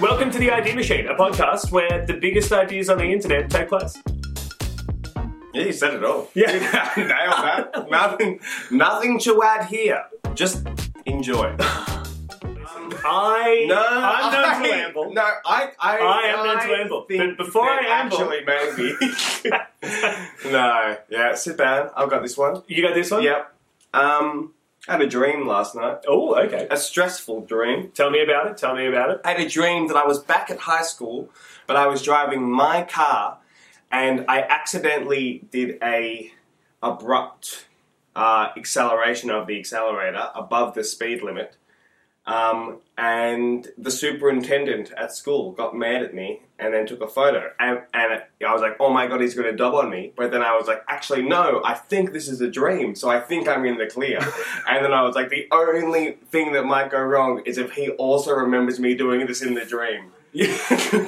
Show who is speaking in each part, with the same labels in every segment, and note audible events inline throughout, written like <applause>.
Speaker 1: Welcome to The Idea Machine, a podcast where the biggest ideas on the internet take place.
Speaker 2: Yeah, you said it all. <laughs>
Speaker 1: Yeah.
Speaker 2: Nailed that. nothing, nothing to add here. Just
Speaker 1: <laughs>
Speaker 2: enjoy.
Speaker 1: I,
Speaker 2: No,
Speaker 1: I'm known to ramble.
Speaker 2: <laughs> No, I, I,
Speaker 1: I am known to ramble.
Speaker 2: think
Speaker 1: But before
Speaker 2: that
Speaker 1: I ramble-
Speaker 2: actually
Speaker 1: <laughs>
Speaker 2: maybe. <laughs> no, yeah, sit down. I've got this one.
Speaker 1: You got this one?
Speaker 2: Yep. Um, I had a dream last night.
Speaker 1: Oh, okay.
Speaker 2: A stressful dream.
Speaker 1: Tell me about it. Tell me about it.
Speaker 2: I had a dream that I was back at high school, but I was driving my car, and I accidentally did a abrupt uh, acceleration of the accelerator above the speed limit. Um, and the superintendent at school got mad at me and then took a photo. And, and I was like, oh my god, he's going to dob on me. But then I was like, actually, no, I think this is a dream, so I think I'm in the clear. and then I was like, the only thing that might go wrong is if he also remembers me doing this in the dream. <laughs>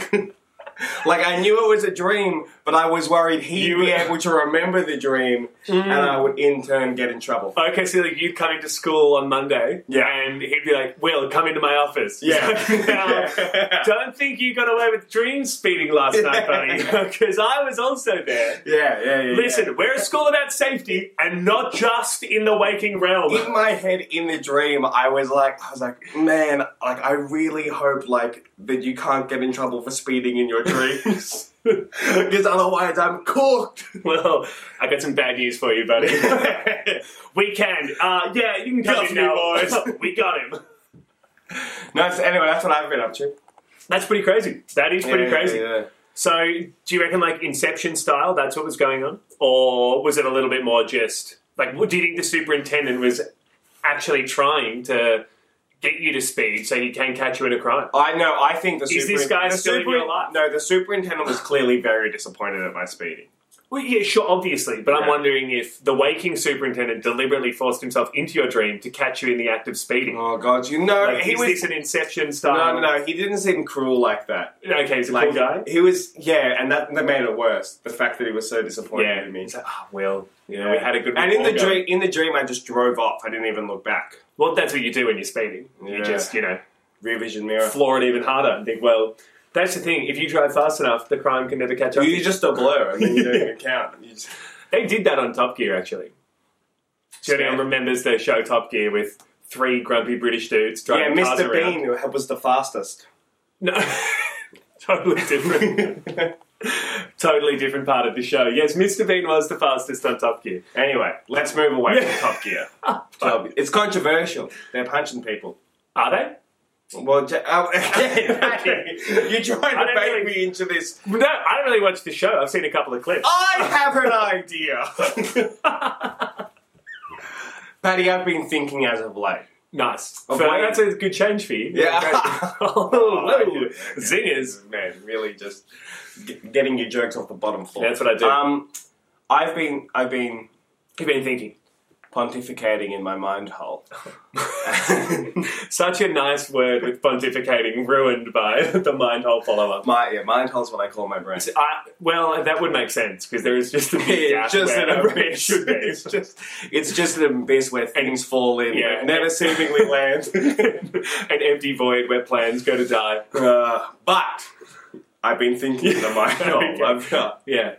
Speaker 2: like, I knew it was a dream, but I was worried he'd
Speaker 1: You-
Speaker 2: be able to remember the dream and
Speaker 1: Mm.
Speaker 2: I would in turn get in trouble.
Speaker 1: <laughs> Okay, so like you'd come into school on Monday,
Speaker 2: Yeah.
Speaker 1: and he'd be like, "Will, come into my office."
Speaker 2: Yeah.
Speaker 1: <laughs> He's like, "Now,
Speaker 2: <laughs> Yeah.
Speaker 1: Don't think you got away with dream speeding last night, buddy, <laughs> because I was also there.
Speaker 2: Yeah, yeah, yeah.
Speaker 1: Listen, we're a school about safety and not just in the waking
Speaker 2: in
Speaker 1: realm.
Speaker 2: my head in the dream i was like i was like man like i really hope like that you can't get in trouble for speeding in your
Speaker 1: <laughs>
Speaker 2: dreams <laughs> because otherwise i'm cooked <laughs>
Speaker 1: Well, I got some bad news for you, buddy. <laughs> we can. Uh, yeah, you can come
Speaker 2: Got
Speaker 1: in
Speaker 2: me,
Speaker 1: now.
Speaker 2: boys.
Speaker 1: <laughs> we got him.
Speaker 2: no so anyway that's what i've been up to
Speaker 1: That's pretty crazy. That is pretty
Speaker 2: Yeah,
Speaker 1: crazy.
Speaker 2: yeah, yeah.
Speaker 1: So, do you reckon like Inception style? That's what was going on, or was it a little bit more just like? what- Do you think the superintendent was actually trying to get you to speed so he can catch you in a crime?
Speaker 2: I know. I think the
Speaker 1: Is
Speaker 2: superin-
Speaker 1: this guy
Speaker 2: the
Speaker 1: still in your life?
Speaker 2: No, the superintendent was clearly very disappointed at my speeding.
Speaker 1: Well, yeah, sure, obviously, but I'm
Speaker 2: Yeah.
Speaker 1: wondering if the waking superintendent deliberately forced himself into your dream to catch you in the act of speeding.
Speaker 2: Oh God, you know
Speaker 1: Like,
Speaker 2: he
Speaker 1: is
Speaker 2: was.
Speaker 1: this an Inception
Speaker 2: no,
Speaker 1: style?
Speaker 2: no, no. He didn't seem cruel like that.
Speaker 1: Okay, he's a
Speaker 2: Like
Speaker 1: cool guy.
Speaker 2: he was, yeah, and that, that made it worse. The fact that he was so disappointed
Speaker 1: Yeah,
Speaker 2: in me. "Ah,
Speaker 1: he's like, oh, well, you know, we had a good.
Speaker 2: And in the
Speaker 1: rapport going."
Speaker 2: dream, in the dream, I just drove off. I didn't even look back.
Speaker 1: well, that's what you do when you're speeding. You
Speaker 2: Yeah.
Speaker 1: just, you know,
Speaker 2: Rear vision mirror.
Speaker 1: floor it even harder and think, well, that's the thing. If you drive fast enough, the crime can never catch up. to
Speaker 2: You're
Speaker 1: you.
Speaker 2: just a blur, and then you don't even count. You just-
Speaker 1: They did that on Top Gear, actually. So anyone remembers the show Top Gear with three grumpy British dudes
Speaker 2: yeah,
Speaker 1: driving cars
Speaker 2: Mr.
Speaker 1: around?
Speaker 2: Bean was the fastest.
Speaker 1: No, <laughs> totally different.
Speaker 2: <laughs>
Speaker 1: totally different part of the show. Yes, Mr. Bean was the fastest on Top Gear.
Speaker 2: anyway, let's move away
Speaker 1: Yeah.
Speaker 2: from Top Gear. So, it's controversial. They're punching people.
Speaker 1: <laughs> Are they?
Speaker 2: Well, j- oh, <laughs> you're trying
Speaker 1: I
Speaker 2: to
Speaker 1: don't
Speaker 2: bait
Speaker 1: really-
Speaker 2: me into this.
Speaker 1: No, I don't really watch the show. I've seen a couple of clips. <laughs>
Speaker 2: I have an idea. Patty, I've been thinking as of late.
Speaker 1: Nice.
Speaker 2: Of
Speaker 1: Fair,
Speaker 2: what-
Speaker 1: that's a good change for you.
Speaker 2: <laughs> Yeah.
Speaker 1: oh, <laughs>
Speaker 2: Oh,
Speaker 1: zingers.
Speaker 2: man, really just g- getting your jokes off the bottom floor.
Speaker 1: That's what I do.
Speaker 2: Um, I've been I've been
Speaker 1: You've been thinking.
Speaker 2: pontificating in my mind hole.
Speaker 1: <laughs> Such a nice word with pontificating ruined by <laughs> the mind hole follow up.
Speaker 2: my yeah, mind hole's what I call my brain.
Speaker 1: I, well, that would make sense because there is just a
Speaker 2: <laughs>
Speaker 1: big gap where a brain <laughs> should be.
Speaker 2: It's just it's just an abyss where things fall in,
Speaker 1: Yeah.
Speaker 2: yeah, never seemingly
Speaker 1: <laughs>
Speaker 2: land.
Speaker 1: An empty void where plans go to die.
Speaker 2: Uh, but I've been thinking
Speaker 1: <laughs>
Speaker 2: in the mind hole.
Speaker 1: Okay.
Speaker 2: I've, uh,
Speaker 1: Yeah,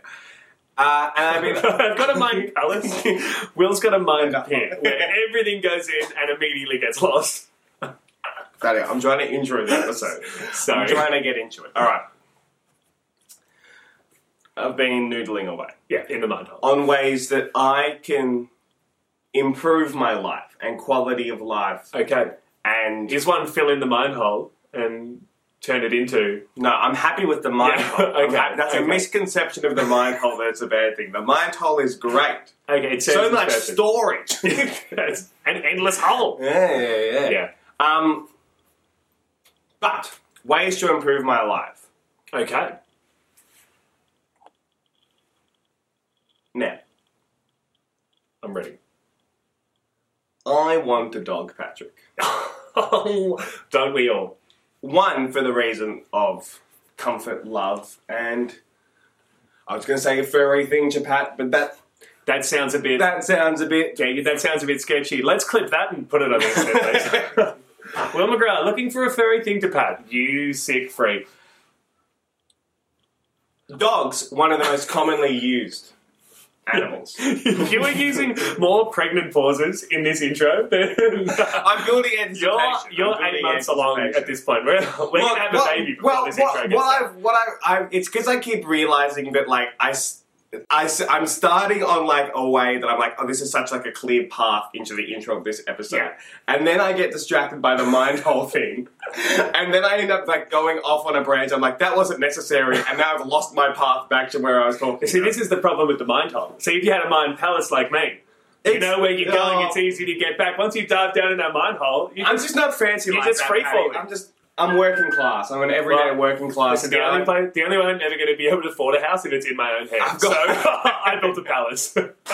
Speaker 2: uh, and I've
Speaker 1: <laughs>
Speaker 2: been.
Speaker 1: I've got a
Speaker 2: <laughs>
Speaker 1: mind palace. <laughs> Will's got a mind
Speaker 2: Enough.
Speaker 1: pit where everything goes in and immediately gets lost.
Speaker 2: Daddy, I'm trying to intro the episode.
Speaker 1: <laughs>
Speaker 2: I'm
Speaker 1: Sorry.
Speaker 2: trying to get into it. All right. I've been noodling away.
Speaker 1: Yeah, in the mind hole.
Speaker 2: on ways that I can improve my life and quality of life.
Speaker 1: Okay,
Speaker 2: And
Speaker 1: is one fill in the mind hole and turn it into
Speaker 2: no, I'm happy with the mind
Speaker 1: Yeah,
Speaker 2: hole. I'm
Speaker 1: okay,
Speaker 2: happy- That's
Speaker 1: okay.
Speaker 2: a misconception of the mind hole that it's a bad thing. The mind hole is great.
Speaker 1: okay. It
Speaker 2: So
Speaker 1: sounds
Speaker 2: much
Speaker 1: expensive. <laughs>
Speaker 2: storage. yeah,
Speaker 1: That's an endless hole.
Speaker 2: yeah,
Speaker 1: Yeah.
Speaker 2: Um, but ways to improve my life.
Speaker 1: Okay.
Speaker 2: Now,
Speaker 1: I'm ready. <laughs>
Speaker 2: I want a dog, Patrick.
Speaker 1: Don't we all?
Speaker 2: One, for the reason of comfort, love, and I was going to say a furry thing to Pat, but that
Speaker 1: That sounds a bit.
Speaker 2: That sounds a bit. <laughs>
Speaker 1: yeah, that sounds a bit sketchy. Let's clip that and put it on Instagram. Will McGrath looking for a furry thing to pat. You sick freak. <laughs>
Speaker 2: Dogs, one of the most commonly used animals.
Speaker 1: you were using more pregnant pauses in this intro than.
Speaker 2: <laughs> I'm building anticipation.
Speaker 1: You're,
Speaker 2: I'm
Speaker 1: you're
Speaker 2: building
Speaker 1: eight months along
Speaker 2: anticipation.
Speaker 1: at this point. We're, we're
Speaker 2: Well,
Speaker 1: gonna have
Speaker 2: well,
Speaker 1: a baby before
Speaker 2: Well,
Speaker 1: this
Speaker 2: well,
Speaker 1: intro gets
Speaker 2: well,
Speaker 1: done.
Speaker 2: I've, what I, I, it's because I keep realizing that like I, s- I, am starting on like a way that I'm like, oh, this is such like a clear path into the intro of this episode,
Speaker 1: Yeah.
Speaker 2: and then I get distracted by the mind <laughs> hole thing, and then I end up like going off on a branch. I'm like, that wasn't necessary, and now I've lost my path back to where I was talking.
Speaker 1: See, this is the problem with the mind hole. See, if you had a mind palace like me, you
Speaker 2: It's-
Speaker 1: know where you're going,
Speaker 2: oh.
Speaker 1: it's easy to get back. Once you dive down in that mind hole, you
Speaker 2: I'm just not fancy.
Speaker 1: You're
Speaker 2: like
Speaker 1: just
Speaker 2: that,
Speaker 1: free
Speaker 2: Patty.
Speaker 1: falling.
Speaker 2: I'm just. I'm working class. I'm an everyday
Speaker 1: Well,
Speaker 2: working class.
Speaker 1: Listen, the
Speaker 2: guy.
Speaker 1: only place, the only way I'm ever going to be able to afford a house if it's in my own head.
Speaker 2: I've
Speaker 1: so <laughs>
Speaker 2: got-
Speaker 1: I built a palace. <laughs>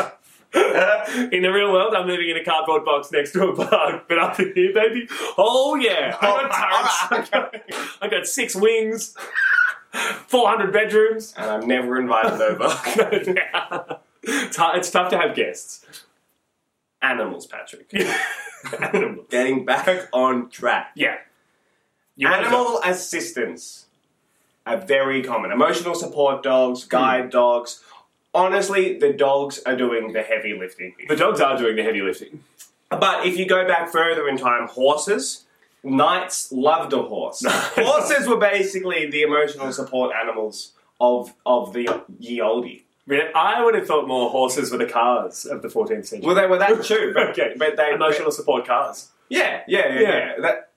Speaker 1: in the real world, I'm living in a cardboard box next to a park, but up in here, baby, oh yeah, I got turrets. <laughs> I got six wings, <laughs> 400 bedrooms.
Speaker 2: and I'm never invited over. <laughs>
Speaker 1: it's, hard, it's tough to have guests. <laughs>
Speaker 2: Animals, Patrick.
Speaker 1: Animal.
Speaker 2: Getting back on track.
Speaker 1: Yeah. You wanna go-
Speaker 2: Animal assistance are very common. Emotional support
Speaker 1: Hmm.
Speaker 2: dogs, guide dogs. Honestly, the dogs are doing the heavy lifting.
Speaker 1: The dogs are doing the heavy lifting.
Speaker 2: But if you go back further in time, horses, knights loved a horse.
Speaker 1: <laughs>
Speaker 2: horses were basically the emotional support animals of of the ye olde.
Speaker 1: I mean, I would have thought more horses were the cars of the 14th century.
Speaker 2: Well, they were that too, but,
Speaker 1: <laughs> Okay.
Speaker 2: but they
Speaker 1: Emotional support cars.
Speaker 2: Yeah, yeah, yeah,
Speaker 1: Yeah.
Speaker 2: yeah. That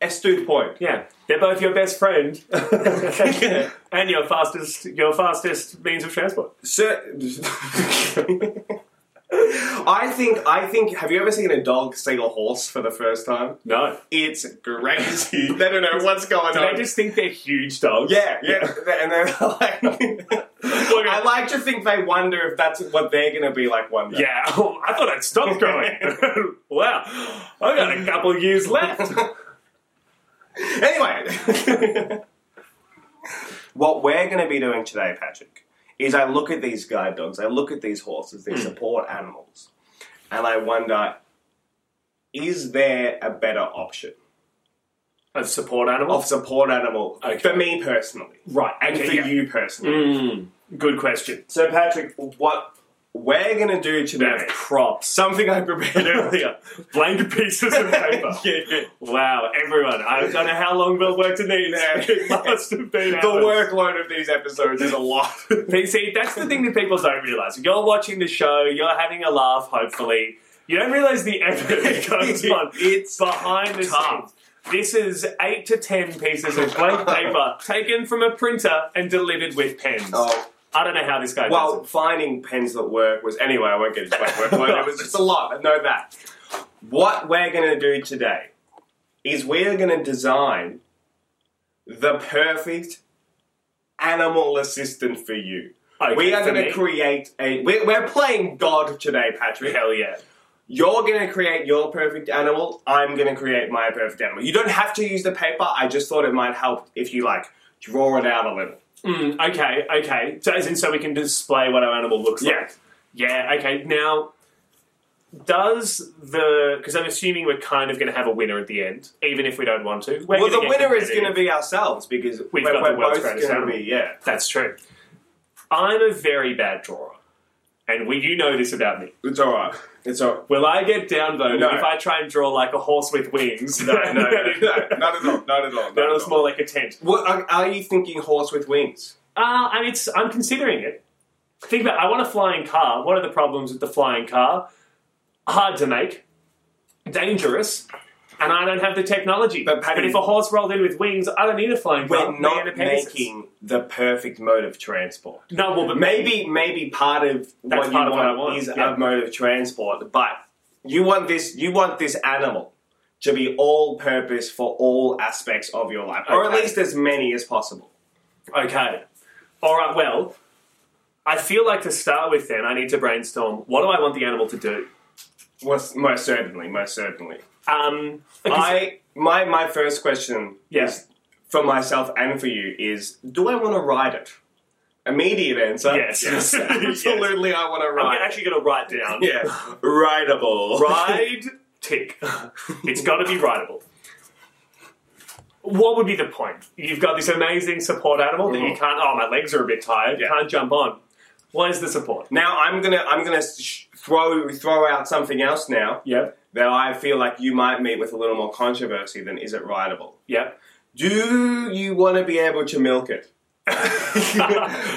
Speaker 2: astute point.
Speaker 1: Yeah, they're both your best friend <laughs> and your fastest your fastest means of transport.
Speaker 2: So, <laughs> I think I think. Have you ever seen a dog see a horse for the first time?
Speaker 1: No,
Speaker 2: It's crazy. <laughs> they don't know what's going
Speaker 1: do
Speaker 2: on.
Speaker 1: they just think they're huge dogs?
Speaker 2: yeah, yeah, and they're <laughs> like.
Speaker 1: <laughs> Look
Speaker 2: I
Speaker 1: at-
Speaker 2: like to think they wonder if that's what they're going to be like one day.
Speaker 1: <laughs> yeah. <laughs> Oh, I thought I'd stopped growing.
Speaker 2: <laughs>
Speaker 1: <laughs> wow, I got a couple of years left.
Speaker 2: <laughs> Anyway, <laughs> what we're going to be doing today, Patrick, is I look at these guide dogs, I look at these horses, these support animals, and I wonder is there a better option
Speaker 1: Of support
Speaker 2: of
Speaker 1: animals.
Speaker 2: support animal
Speaker 1: Okay.
Speaker 2: for me personally
Speaker 1: Right,
Speaker 2: and for
Speaker 1: yeah.
Speaker 2: you personally?
Speaker 1: Mm, good question.
Speaker 2: <laughs> So, Patrick, what we're going to do today,
Speaker 1: There's props
Speaker 2: something I prepared earlier.
Speaker 1: earlier, blank pieces of paper.
Speaker 2: <laughs> Yeah, yeah.
Speaker 1: Wow, everyone! I don't know how long Bill worked
Speaker 2: <laughs>
Speaker 1: in these. <laughs> It must have been
Speaker 2: The
Speaker 1: hours.
Speaker 2: workload of these episodes is a lot. <laughs>
Speaker 1: But see, that's the thing that people don't realize. You're watching the show, you're having a laugh, hopefully. You don't realize the effort
Speaker 2: <laughs>
Speaker 1: that goes on.
Speaker 2: It's
Speaker 1: behind the
Speaker 2: tough.
Speaker 1: scenes. This is eight to ten pieces of
Speaker 2: <laughs>
Speaker 1: blank paper taken from a printer and delivered with pens.
Speaker 2: Oh,
Speaker 1: I don't know how this guy
Speaker 2: <laughs> Well,
Speaker 1: does
Speaker 2: finding pens that work was anyway. I won't get into my workload. It was just a lot. I know that. What we're going to do today is we're going to design the perfect animal assistant for you.
Speaker 1: Okay,
Speaker 2: we are
Speaker 1: for
Speaker 2: going
Speaker 1: me?
Speaker 2: to create a. We're, we're playing God today, Patrick.
Speaker 1: it. Hell yeah.
Speaker 2: You're going to create your perfect animal. I'm going to create my perfect animal. You don't have to use the paper. I just thought it might help if you like draw it out a little.
Speaker 1: Mm, okay, okay. So, as in, so we can display what our animal looks
Speaker 2: Yeah.
Speaker 1: like. Yeah, okay. Now, does the. Because I'm assuming we're kind of going to have a winner at the end, even if we don't want to. We're
Speaker 2: Well,
Speaker 1: gonna
Speaker 2: the
Speaker 1: get
Speaker 2: winner is
Speaker 1: competitive.
Speaker 2: going to be ourselves because
Speaker 1: We've
Speaker 2: we're,
Speaker 1: got
Speaker 2: we're
Speaker 1: the world's
Speaker 2: both
Speaker 1: greatest
Speaker 2: going to be.
Speaker 1: animal.
Speaker 2: Yeah,
Speaker 1: That's true. I'm a very bad drawer. And we, you know this about me.
Speaker 2: it's all right.
Speaker 1: <laughs>
Speaker 2: It's all right.
Speaker 1: Will I get downvoted
Speaker 2: No.
Speaker 1: if I try and draw like a horse with wings?
Speaker 2: No,
Speaker 1: <laughs>
Speaker 2: no, no, no, not at all. Not at all.
Speaker 1: That
Speaker 2: Not
Speaker 1: looks
Speaker 2: at all.
Speaker 1: more like a tent.
Speaker 2: What are, are you thinking? Horse with wings?
Speaker 1: Uh, I mean, it's, I'm considering it. Think about I want a flying car. What are the problems with the flying car? Hard to make, dangerous, and I don't have the technology.
Speaker 2: But Paddy-
Speaker 1: if a horse rolled in with wings, I don't need a flying car.
Speaker 2: We're
Speaker 1: I'm
Speaker 2: not
Speaker 1: making a Pegasus.
Speaker 2: making the perfect mode of transport.
Speaker 1: No, well, but
Speaker 2: Maybe, maybe part of
Speaker 1: That's part
Speaker 2: what you
Speaker 1: of what
Speaker 2: want,
Speaker 1: I want,
Speaker 2: is
Speaker 1: yeah.
Speaker 2: a mode of transport, but you want this. You want this animal to be all-purpose for all aspects of your life, or at
Speaker 1: Okay.
Speaker 2: least as many as possible.
Speaker 1: Okay. All right, well, I feel like to start with then, I need to brainstorm what do I want the animal to do?
Speaker 2: Well, most certainly, most certainly.
Speaker 1: Um, I,
Speaker 2: I my my first question
Speaker 1: yes.
Speaker 2: for myself and for you is do I want to ride it? Immediate answer.
Speaker 1: <laughs> Yes.
Speaker 2: <laughs> Yes. Absolutely I want to
Speaker 1: I'm
Speaker 2: ride.
Speaker 1: actually going to write down. <laughs>
Speaker 2: Yeah. Rideable.
Speaker 1: Ride, tick. it's got to be rideable. what would be the point? You've got this amazing support animal that you can't. Oh, my legs are a bit tired.
Speaker 2: Yeah.
Speaker 1: Can't jump on. Where's the support?
Speaker 2: Now I'm gonna I'm gonna sh- throw throw out something else now
Speaker 1: Yep.
Speaker 2: that I feel like you might meet with a little more controversy than is it rideable?
Speaker 1: Yep.
Speaker 2: Do you want to be able to milk <laughs> it?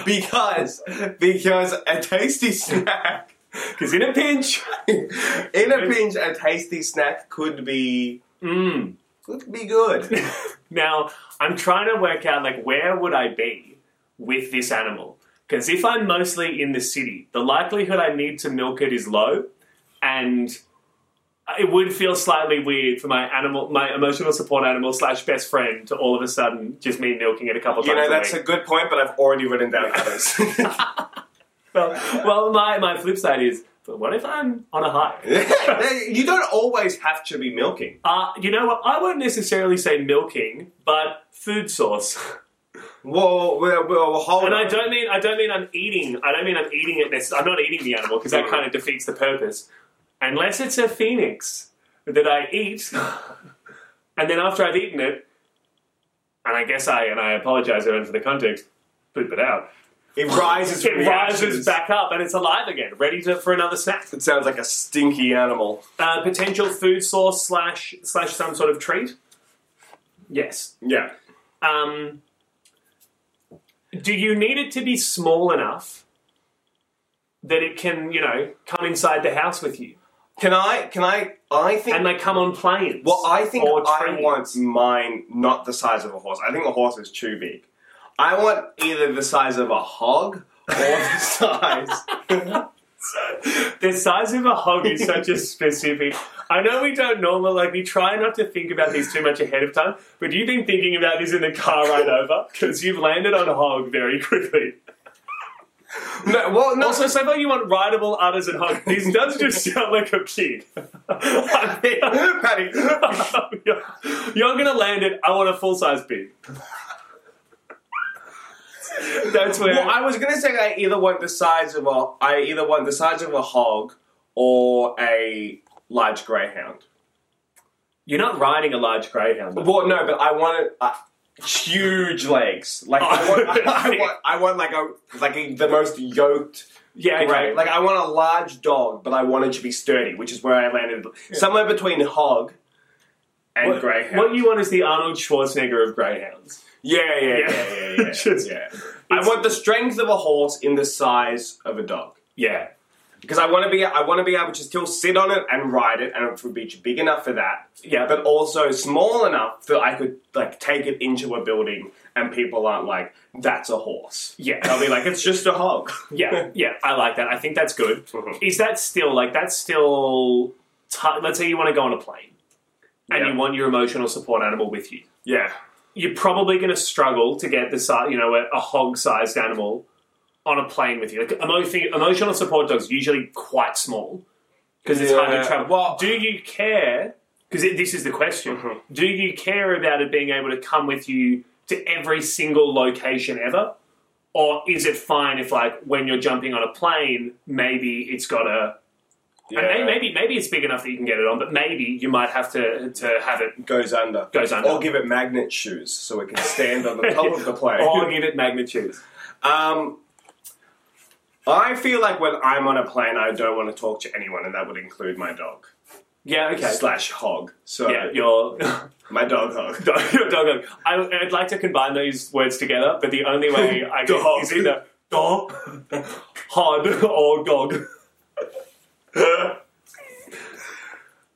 Speaker 2: because because a tasty snack
Speaker 1: Because in a pinch,
Speaker 2: in a pinch a tasty snack could be
Speaker 1: mm.
Speaker 2: could be good.
Speaker 1: now I'm trying to work out like where would I be with this animal? Because if I'm mostly in the city, the likelihood I need to milk it is low, and it would feel slightly weird for my animal, my emotional support animal slash best friend, to all of a sudden just me milking it a couple
Speaker 2: You
Speaker 1: times. a
Speaker 2: know that's
Speaker 1: week.
Speaker 2: a good point, but I've already written down others.
Speaker 1: well, well, my, my flip side is, but what if I'm on a high?
Speaker 2: <laughs> you don't always have to be milking.
Speaker 1: uh, you know what? I wouldn't necessarily say milking, but food source. <laughs>
Speaker 2: Whoa, whoa, whoa, hold
Speaker 1: And I
Speaker 2: on.
Speaker 1: don't mean I don't mean I'm eating. I don't mean I'm eating it. necess- I'm not eating the animal because that kind of defeats the purpose. Unless it's a phoenix that I eat, <laughs> and then after I've eaten it, and I guess I and I apologize everyone for the context, poop it out.
Speaker 2: <laughs> It rises.
Speaker 1: It rises
Speaker 2: reactions.
Speaker 1: back up and it's alive again, ready to, for another snack.
Speaker 2: It sounds like a stinky animal.
Speaker 1: Uh, potential food source slash slash some sort of treat. Yes.
Speaker 2: Yeah.
Speaker 1: Um, do you need it to be small enough that it can, you know, come inside the house with you
Speaker 2: Can I? Can I? I think.
Speaker 1: and they come on planes?
Speaker 2: well, I think
Speaker 1: or
Speaker 2: I
Speaker 1: trains?
Speaker 2: want mine not the size of a horse. I think a horse is too big. I want either the size of a hog or the <laughs> size.
Speaker 1: the size of a hog is such
Speaker 2: <laughs>
Speaker 1: a specific. I know we don't normally like we try not to think about these too much ahead of time, but you've been thinking about this in the car ride over because you've landed on a hog very quickly.
Speaker 2: No, well, no. <laughs>
Speaker 1: Also, so far you want rideable udders and hog. This does just sound like a kid. <laughs> I mean,
Speaker 2: Paddy.
Speaker 1: <laughs> you're, you're gonna land it. I want a full size pig. That's where.
Speaker 2: Well, I was gonna say I either want the size of a. I either want the size of a hog or a large greyhound.
Speaker 1: you're not riding a large greyhound. though.
Speaker 2: Well, no, but I want it. Uh, Huge legs, like I <laughs> want, I want, I want like a like a, the most yoked
Speaker 1: yeah, okay.
Speaker 2: Right. Like I want a large dog, but I want it to be sturdy, which is where I landed somewhere between hog and
Speaker 1: what,
Speaker 2: greyhound.
Speaker 1: what you want is the Arnold Schwarzenegger of greyhounds.
Speaker 2: yeah, yeah, yeah, yeah, yeah. yeah,
Speaker 1: Just-
Speaker 2: yeah. I want the strength of a horse in the size of a dog.
Speaker 1: Yeah.
Speaker 2: Because I want to be, I want to be able to still sit on it and ride it, and it would be big enough for that,
Speaker 1: Yeah, <laughs>
Speaker 2: but also small enough that I could like take it into a building, and people aren't like, "That's a horse."
Speaker 1: Yeah.
Speaker 2: They'll be like, "It's just a hog."
Speaker 1: Yeah, yeah, I like that. I think that's good.
Speaker 2: Mhm.
Speaker 1: Is that still like that's still? T- let's say you want to go on a plane, and
Speaker 2: Yeah.
Speaker 1: you want your emotional support animal with you.
Speaker 2: yeah.
Speaker 1: You're probably going to struggle to get the size, you know, a, a hog-sized animal on a plane with you. Like emo- thing- emotional support dogs usually quite small because it's hard
Speaker 2: Yeah.
Speaker 1: to travel.
Speaker 2: Well-
Speaker 1: do you care? Because this is the question:
Speaker 2: Mhm.
Speaker 1: Do you care about it being able to come with you to every single location ever? Or is it fine if, like, when you're jumping on a plane, maybe it's got a and may-
Speaker 2: Yeah.
Speaker 1: maybe maybe it's big enough that you can get it on, but maybe you might have to to have it
Speaker 2: goes under.
Speaker 1: Goes under.
Speaker 2: Or give it magnet shoes so it can stand on
Speaker 1: <laughs>
Speaker 2: the top of the plane.
Speaker 1: or give it magnitudes.
Speaker 2: Um, I feel like when I'm on a plane, I don't want to talk to anyone, and that would include my dog
Speaker 1: Yeah, okay.
Speaker 2: slash hog. So
Speaker 1: Yeah, your <laughs>
Speaker 2: my dog hog.
Speaker 1: your dog. I, I'd like to combine those words together, but the only
Speaker 2: <laughs>
Speaker 1: way I can
Speaker 2: Dog.
Speaker 1: is either dog, <laughs> hod, or gog. the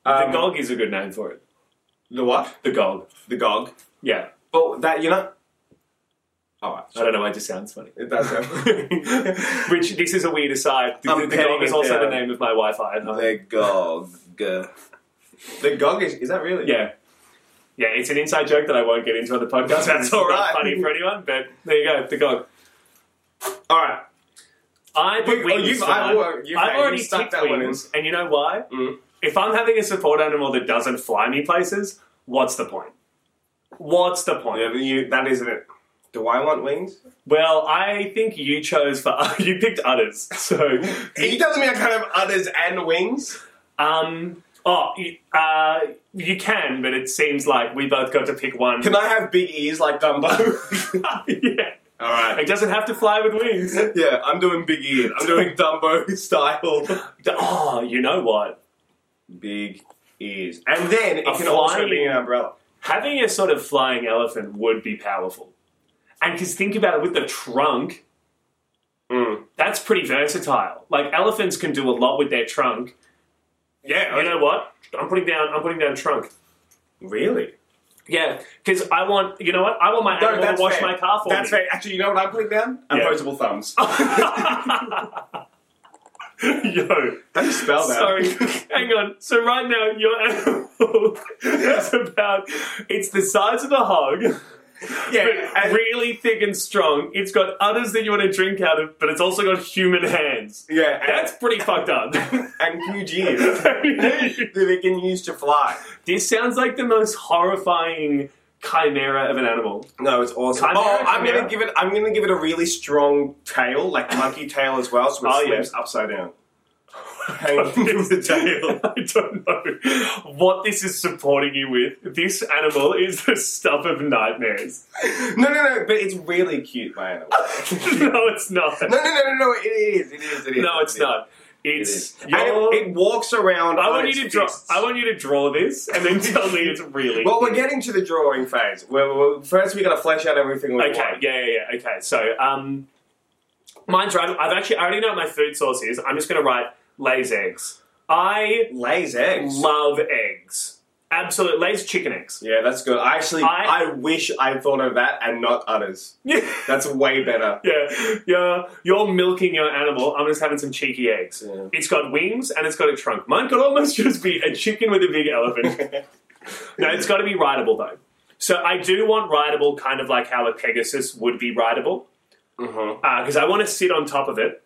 Speaker 2: Um,
Speaker 1: gog is a good name for it.
Speaker 2: The what?
Speaker 1: The gog.
Speaker 2: The gog.
Speaker 1: Yeah,
Speaker 2: But that you know. All right.
Speaker 1: I don't know why it just sounds funny. <laughs>
Speaker 2: It does. have-
Speaker 1: Which this is a weird aside. The,
Speaker 2: I'm
Speaker 1: the, the
Speaker 2: petting
Speaker 1: gog is
Speaker 2: it
Speaker 1: also the
Speaker 2: down.
Speaker 1: name of my Wi-Fi. at home.
Speaker 2: <laughs> the gog. The gog is is that really?
Speaker 1: Yeah. Yeah, it's an inside joke that I won't get into on the
Speaker 2: <laughs>
Speaker 1: podcast.
Speaker 2: That's
Speaker 1: It's not
Speaker 2: all right.
Speaker 1: funny for anyone, but there you go, the gog.
Speaker 2: All right.
Speaker 1: I
Speaker 2: You-
Speaker 1: put
Speaker 2: oh,
Speaker 1: wings.
Speaker 2: you've-
Speaker 1: for
Speaker 2: I've
Speaker 1: mine.
Speaker 2: al- you've-
Speaker 1: I've
Speaker 2: you
Speaker 1: already
Speaker 2: stuck
Speaker 1: ticked
Speaker 2: that one in.
Speaker 1: wings, and you know why?
Speaker 2: Mm.
Speaker 1: If I'm having a support animal that doesn't fly me places, what's the point? What's the point?
Speaker 2: Yeah, but you, that isn't it. Do I want wings?
Speaker 1: Well, I think you chose for <laughs> you picked udders, <laughs> so
Speaker 2: Are you telling me I kind of udders and wings?
Speaker 1: um, Oh, y- uh, you can, but it seems like we both got to pick one.
Speaker 2: Can I have big ears like Dumbo? <laughs>
Speaker 1: <laughs> yeah.
Speaker 2: All right.
Speaker 1: It doesn't have to fly with wings. <laughs>
Speaker 2: Yeah, I'm doing big ears. I'm doing Dumbo style.
Speaker 1: Oh, you know what?
Speaker 2: Big ears. And then it
Speaker 1: A
Speaker 2: can also
Speaker 1: flying-
Speaker 2: be an umbrella.
Speaker 1: Having a sort of flying elephant would be powerful. And because think about it with the trunk,
Speaker 2: Mm.
Speaker 1: that's pretty versatile. Like elephants can do a lot with their trunk.
Speaker 2: Yeah.
Speaker 1: You know what? I'm putting down. I'm putting down trunk.
Speaker 2: Really?
Speaker 1: Yeah, because I want. You know what? I want my
Speaker 2: No,
Speaker 1: animal
Speaker 2: that's
Speaker 1: to wash
Speaker 2: fair.
Speaker 1: my car for
Speaker 2: That's
Speaker 1: me.
Speaker 2: fair. Actually, you know what I'm putting down?
Speaker 1: Yeah. <laughs>
Speaker 2: Opposable thumbs.
Speaker 1: Yo,
Speaker 2: How do you spell that?
Speaker 1: Sorry, hang on. So right now your animal <laughs> is about it's the size of a hog, but
Speaker 2: Yeah. and-
Speaker 1: really thick and strong. It's got udders that you want to drink out of, but it's also got human hands.
Speaker 2: yeah. and-
Speaker 1: That's pretty fucked up. <laughs>
Speaker 2: and huge ears <laughs> that they can use to fly.
Speaker 1: this sounds like the most horrifying chimera of an animal.
Speaker 2: No, it's awesome.
Speaker 1: Chimera,
Speaker 2: Oh, I'm
Speaker 1: chimera.
Speaker 2: gonna give it. I'm gonna give it a really strong tail, like monkey tail as well, so it
Speaker 1: Oh, yeah.
Speaker 2: swims
Speaker 1: <laughs>
Speaker 2: upside down. Hanging <laughs> from the tail.
Speaker 1: I don't know what this is supporting you with. This animal is the stuff of nightmares. <laughs>
Speaker 2: No, no, no. But it's really cute, my animal.
Speaker 1: no, it's not.
Speaker 2: No, no, no, no, no. It is. It is. It is.
Speaker 1: No, it's
Speaker 2: It is.
Speaker 1: not.
Speaker 2: It
Speaker 1: It's
Speaker 2: is. And It, it walks around.
Speaker 1: I
Speaker 2: on
Speaker 1: want you
Speaker 2: its
Speaker 1: to draw.
Speaker 2: fists.
Speaker 1: I want you to draw this and
Speaker 2: <laughs>
Speaker 1: then tell me it's really.
Speaker 2: Well, we're getting to the drawing phase. We're, we're, first, we got to flesh out everything we
Speaker 1: okay.
Speaker 2: want.
Speaker 1: Yeah, yeah, yeah. Okay, so um, mine's right. I've actually I already know what my food source is. I'm just going to write Lay's eggs. I
Speaker 2: Lays eggs.
Speaker 1: love eggs. Absolutely, Lay's chicken
Speaker 2: <laughs>
Speaker 1: eggs.
Speaker 2: yeah, that's good. I actually,
Speaker 1: I-
Speaker 2: I wish I thought of that and not udders.
Speaker 1: Yeah,
Speaker 2: That's way better.
Speaker 1: yeah, yeah. You're milking your animal. I'm just having some cheeky eggs.
Speaker 2: Yeah.
Speaker 1: It's got wings and it's got a trunk. Mine could almost <laughs> just be a chicken with a big elephant.
Speaker 2: <laughs>
Speaker 1: No, it's got to be rideable though. So I do want rideable, kind of like how a Pegasus would be rideable,
Speaker 2: Mhm.
Speaker 1: because I want to sit on top of it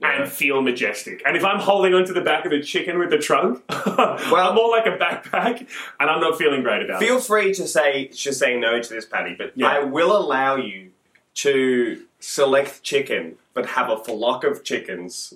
Speaker 2: Yeah.
Speaker 1: and feel majestic. And if I'm holding onto the back of a chicken with the trunk, <laughs> I'm more like a backpack, and I'm not feeling great about it.
Speaker 2: Feel free to say to say no to this, Patty, but
Speaker 1: Yeah.
Speaker 2: I will allow you to select chicken, but have a flock of chickens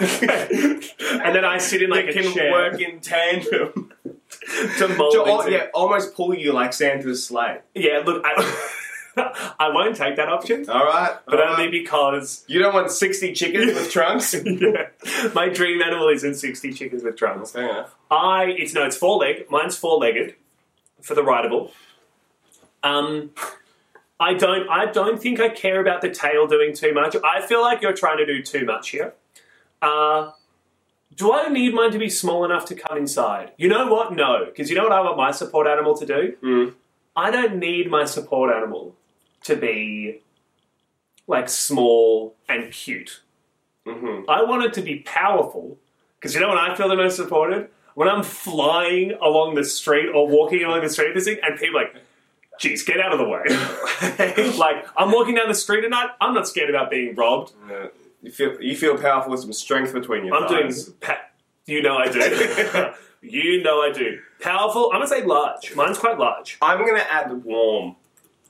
Speaker 1: <laughs> and then I sit in like
Speaker 2: that
Speaker 1: a
Speaker 2: can
Speaker 1: chair
Speaker 2: work <laughs> in tandem
Speaker 1: <laughs> to mold
Speaker 2: to al-
Speaker 1: into-
Speaker 2: yeah, almost pull you like Santa's sleigh.
Speaker 1: Yeah, look, I, <laughs> I won't take that option,
Speaker 2: All right,
Speaker 1: but
Speaker 2: all
Speaker 1: only
Speaker 2: right.
Speaker 1: because <laughs>
Speaker 2: you don't want sixty chickens <laughs> with trunks.
Speaker 1: yeah, my dream animal isn't sixty chickens with drums.
Speaker 2: Fair enough.
Speaker 1: I it's no, it's four leg. Mine's four legged for the rideable. Um, I don't I don't think I care about the tail doing too much. I feel like you're trying to do too much here. Uh, do I need mine to be small enough to come inside? You know what? No, because you know what I want my support animal to do.
Speaker 2: Mm.
Speaker 1: I don't need my support animal to be like small and cute.
Speaker 2: Mm-hmm. <laughs>
Speaker 1: I want it to be powerful because you know when I feel the most supported? When I'm flying along the street or walking along the street, this thing, and people are like, geez, get out of the
Speaker 2: Uh,
Speaker 1: way. <laughs> like, I'm walking down the street at night, I'm not scared about being robbed.
Speaker 2: You feel you feel powerful with some strength between your
Speaker 1: I'm doing,
Speaker 2: thighs.
Speaker 1: pa- you know I
Speaker 2: <laughs>
Speaker 1: do. you know I do. Powerful, I'm gonna say large. Mine's quite large.
Speaker 2: I'm gonna add warm,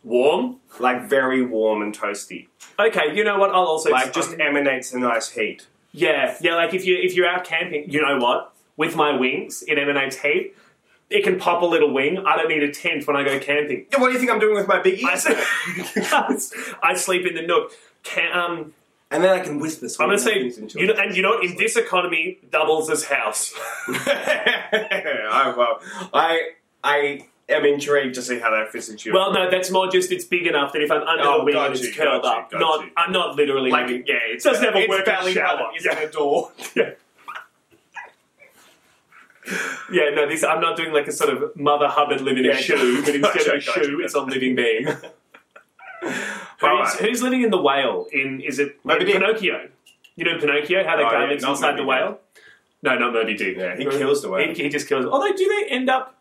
Speaker 1: Warm.
Speaker 2: like very warm and toasty.
Speaker 1: Okay, you know what? I'll also
Speaker 2: Like just emanates a nice heat.
Speaker 1: Yeah, yeah. Like if you if you're out camping, you know what? With my wings, it emanates heat. It can pop a little wing. I don't need a tent when I go camping.
Speaker 2: Yeah, what do you think I'm doing with my big
Speaker 1: I,
Speaker 2: ears?
Speaker 1: s- <laughs> I sleep in the nook. Can, um,
Speaker 2: and then I can whisper.
Speaker 1: I'm gonna say, you know, and you know, what? in this economy, doubles as house. <laughs>
Speaker 2: <laughs> I, well, I, I am intrigued to see how that fits into your.
Speaker 1: well, no, that's more just it's big enough that if I'm under
Speaker 2: Oh,
Speaker 1: the wing,
Speaker 2: got
Speaker 1: and it's
Speaker 2: you,
Speaker 1: curled
Speaker 2: got you,
Speaker 1: up.
Speaker 2: got
Speaker 1: not,
Speaker 2: you.
Speaker 1: I'm not literally
Speaker 2: like,
Speaker 1: moving.
Speaker 2: yeah, it's,
Speaker 1: Doesn't have a
Speaker 2: it's
Speaker 1: working
Speaker 2: barely
Speaker 1: shower.
Speaker 2: held, Isn't
Speaker 1: Yeah.
Speaker 2: a door.
Speaker 1: Yeah. Yeah, no, this I'm not doing like a sort of Mother Hubbard living in a
Speaker 2: Yeah,
Speaker 1: shoe,
Speaker 2: <laughs>
Speaker 1: but instead of
Speaker 2: gotcha,
Speaker 1: a shoe,
Speaker 2: gotcha.
Speaker 1: it's on living
Speaker 2: <laughs>
Speaker 1: being. who's,
Speaker 2: Alright.
Speaker 1: who's living in the whale? In is it
Speaker 2: Moby
Speaker 1: in
Speaker 2: Dick.
Speaker 1: Pinocchio? You know Pinocchio, how that
Speaker 2: Oh,
Speaker 1: guy
Speaker 2: yeah,
Speaker 1: lives
Speaker 2: not
Speaker 1: inside
Speaker 2: Moby
Speaker 1: the
Speaker 2: Dick.
Speaker 1: whale. No, not Moby Dick.
Speaker 2: Yeah, he kills the whale.
Speaker 1: He, he just kills. Although, do they end up?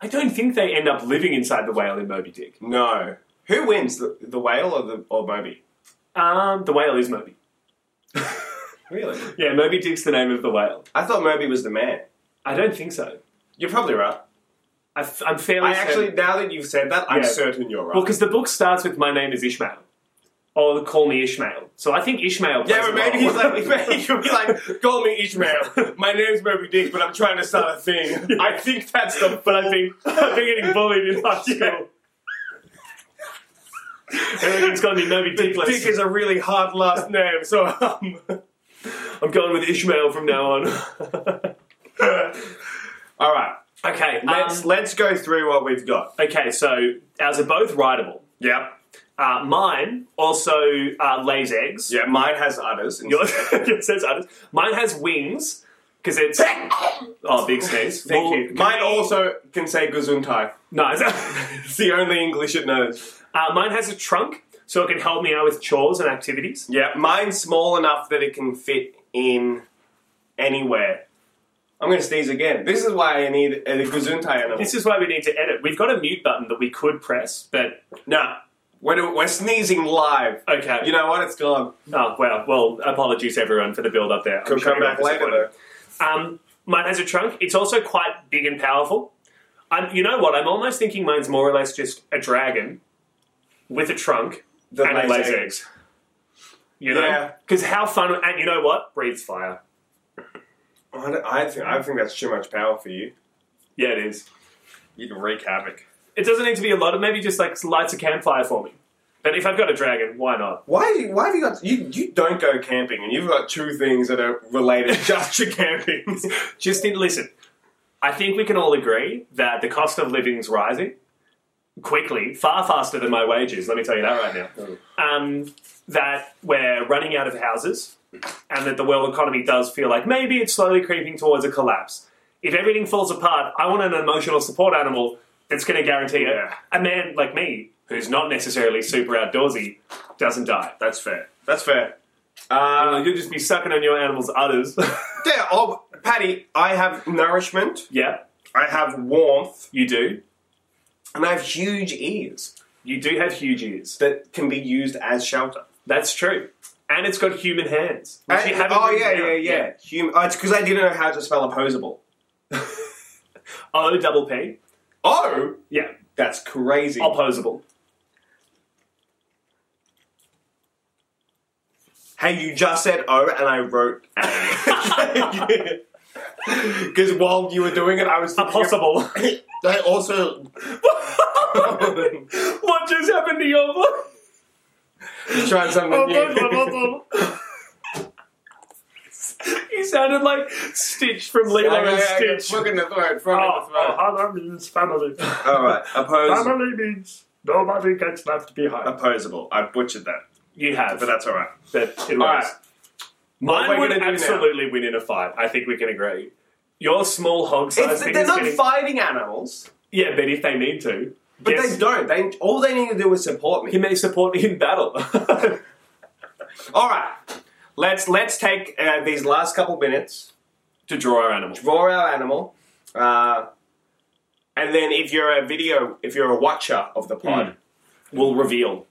Speaker 1: I don't think they end up living inside the whale in Moby Dick.
Speaker 2: <laughs> No. Who wins, the, the whale or the or Moby?
Speaker 1: Um, the whale is Moby.
Speaker 2: Really?
Speaker 1: Yeah, Moby Dick's the name of the whale.
Speaker 2: I thought Moby was the man.
Speaker 1: I don't think so.
Speaker 2: You're probably right.
Speaker 1: I f- I'm fairly.
Speaker 2: I
Speaker 1: certain-
Speaker 2: actually, now that you've said that, I'm
Speaker 1: Yeah.
Speaker 2: certain you're right.
Speaker 1: well, because the book starts with my name is Ishmael. oh, call me Ishmael. So I think Ishmael. plays
Speaker 2: Yeah, but
Speaker 1: a
Speaker 2: maybe
Speaker 1: role.
Speaker 2: he's
Speaker 1: <laughs>
Speaker 2: like, maybe he'll be <laughs> like, call me Ishmael. My name's Moby Dick, but I'm trying to start a <laughs> thing. I think that's the.
Speaker 1: but I've been, I've been getting bullied in high school. Everything's going to be Moby Dick.
Speaker 2: Dick
Speaker 1: lessons.
Speaker 2: is a really hard last <laughs> name, so um,
Speaker 1: I'm going with Ishmael from now on. <laughs>
Speaker 2: all right.
Speaker 1: okay,
Speaker 2: Let's
Speaker 1: um,
Speaker 2: let's go through what we've got.
Speaker 1: okay. So ours are both rideable.
Speaker 2: Yep.
Speaker 1: Uh, mine also uh, lays eggs. <laughs>
Speaker 2: Yeah, mine has udders. and-
Speaker 1: Yours, yours has others. Mine has wings because <laughs> it's oh big sneeze.
Speaker 2: Thank
Speaker 1: Well,
Speaker 2: you. Mine also can say Gesundheit.
Speaker 1: No,
Speaker 2: It's
Speaker 1: it's-
Speaker 2: the only English it knows.
Speaker 1: <laughs> uh, mine has a trunk, so it can help me out with chores and activities.
Speaker 2: Yeah, mine's small enough that it can fit in anywhere. I'm gonna sneeze again. This is why I need a Gesundheit animal.
Speaker 1: This is why we need to edit. We've got a mute button that we could press, but
Speaker 2: No, we're, we're sneezing live.
Speaker 1: okay.
Speaker 2: You know what? It's gone.
Speaker 1: Oh wow. Well, apologies everyone for the build up there. I'm
Speaker 2: Could
Speaker 1: sure
Speaker 2: come
Speaker 1: you're
Speaker 2: back later
Speaker 1: disappointed.
Speaker 2: though.
Speaker 1: Um, mine has a trunk. It's also quite big and powerful. I'm, you know what? I'm almost thinking mine's more or less just a dragon with a trunk
Speaker 2: The
Speaker 1: and it
Speaker 2: lays
Speaker 1: lays
Speaker 2: eggs.
Speaker 1: eggs. You know,
Speaker 2: Yeah.
Speaker 1: because how fun! And you know what? Breathes fire.
Speaker 2: I, don't- I think I think that's too much power for you.
Speaker 1: Yeah, it is.
Speaker 2: You can wreak havoc.
Speaker 1: It doesn't need to be a lot. It maybe just like lights a campfire for me. But if I've got a dragon, why not? <laughs>
Speaker 2: Why? do you- Why have you got? You you don't go camping, and you've got two things that are <laughs> related just to camping.
Speaker 1: <laughs> Just need, listen. I think we can all agree that the cost of living's rising quickly, far faster than my wages. Let me tell you that right now. um, that we're running out of houses and that the world economy does feel like maybe it's slowly creeping towards a collapse. If everything falls apart, I want an emotional support animal that's going to guarantee it.
Speaker 2: Yeah.
Speaker 1: a man like me, who's not necessarily super outdoorsy, doesn't die.
Speaker 2: That's fair. That's fair. Uh,
Speaker 1: You'll just be sucking on your animal's udders. <laughs>
Speaker 2: yeah, oh, Patty, I have nourishment,
Speaker 1: yeah,
Speaker 2: I have warmth,
Speaker 1: you do.
Speaker 2: and I have huge ears
Speaker 1: You do have huge ears.
Speaker 2: that can be used as shelter.
Speaker 1: That's true. And it's got human hands. which you
Speaker 2: And-
Speaker 1: haven't
Speaker 2: oh,
Speaker 1: written
Speaker 2: yeah, yeah,
Speaker 1: down.
Speaker 2: yeah, Hum- oh, it's because I didn't know how to spell opposable.
Speaker 1: O double P.
Speaker 2: Oh,
Speaker 1: Yeah,
Speaker 2: that's crazy. <laughs>
Speaker 1: opposable. <laughs>
Speaker 2: Hey, you just said O and I wrote <laughs> Because while you were doing it, I was thinking of-
Speaker 1: Possible.
Speaker 2: I
Speaker 1: <laughs>
Speaker 2: also
Speaker 1: what just happened to your voice?
Speaker 2: tried something new.
Speaker 1: <laughs> he sounded like Stitch from Lilo and Stitch.
Speaker 2: in the throat,
Speaker 1: Oh, oh, hello means
Speaker 2: <laughs>
Speaker 1: family.
Speaker 2: All right, opposable.
Speaker 1: family means nobody gets left
Speaker 2: Uh,
Speaker 1: behind.
Speaker 2: Opposable. I butchered that,
Speaker 1: You have,
Speaker 2: but that's all right.
Speaker 1: that it
Speaker 2: All
Speaker 1: was.
Speaker 2: right. What
Speaker 1: Mine
Speaker 2: we're
Speaker 1: would
Speaker 2: gonna do now-
Speaker 1: absolutely win in a fight. I think we can agree. Your small hog
Speaker 2: It's,
Speaker 1: size thing
Speaker 2: they're
Speaker 1: is
Speaker 2: not
Speaker 1: getting...
Speaker 2: fighting animals,
Speaker 1: Yeah, but if they need to,
Speaker 2: but
Speaker 1: yes,
Speaker 2: they don't. They all they need to do is support
Speaker 1: he
Speaker 2: me.
Speaker 1: may support in battle. <laughs>
Speaker 2: All right, let's let's take uh, these last couple minutes.
Speaker 1: to draw our animal.
Speaker 2: draw our animal, uh, and then if you're a video, if you're a watcher of the pod,
Speaker 1: We'll reveal.